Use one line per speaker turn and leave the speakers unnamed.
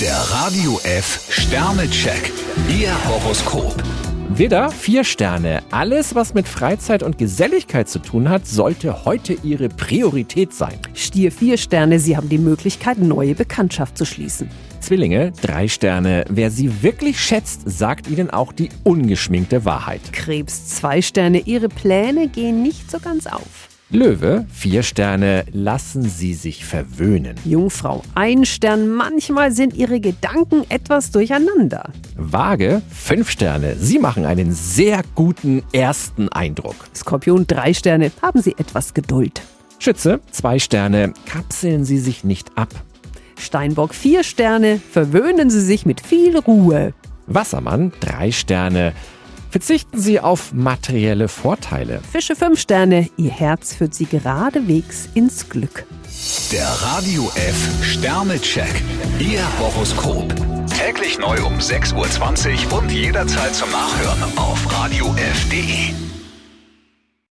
Der Radio F Sternecheck. Ihr Horoskop.
Widder, vier Sterne. Alles, was mit Freizeit und Geselligkeit zu tun hat, sollte heute Ihre Priorität sein.
Stier vier Sterne, Sie haben die Möglichkeit, neue Bekanntschaft zu schließen.
Zwillinge, drei Sterne. Wer Sie wirklich schätzt, sagt Ihnen auch die ungeschminkte Wahrheit.
Krebs zwei Sterne, Ihre Pläne gehen nicht so ganz auf.
Löwe, vier Sterne. Lassen Sie sich verwöhnen.
Jungfrau ein Stern, manchmal sind Ihre Gedanken etwas durcheinander.
Waage, fünf Sterne. Sie machen einen sehr guten ersten Eindruck.
Skorpion drei Sterne, haben Sie etwas Geduld.
Schütze, zwei Sterne. Kapseln Sie sich nicht ab.
Steinbock vier Sterne, verwöhnen Sie sich mit viel Ruhe.
Wassermann, drei Sterne. Verzichten Sie auf materielle Vorteile.
Fische fünf Sterne, Ihr Herz führt Sie geradewegs ins Glück.
Der Radio F Sternecheck. Ihr Horoskop. Täglich neu um 6.20 Uhr und jederzeit zum Nachhören auf Radio radiof.de.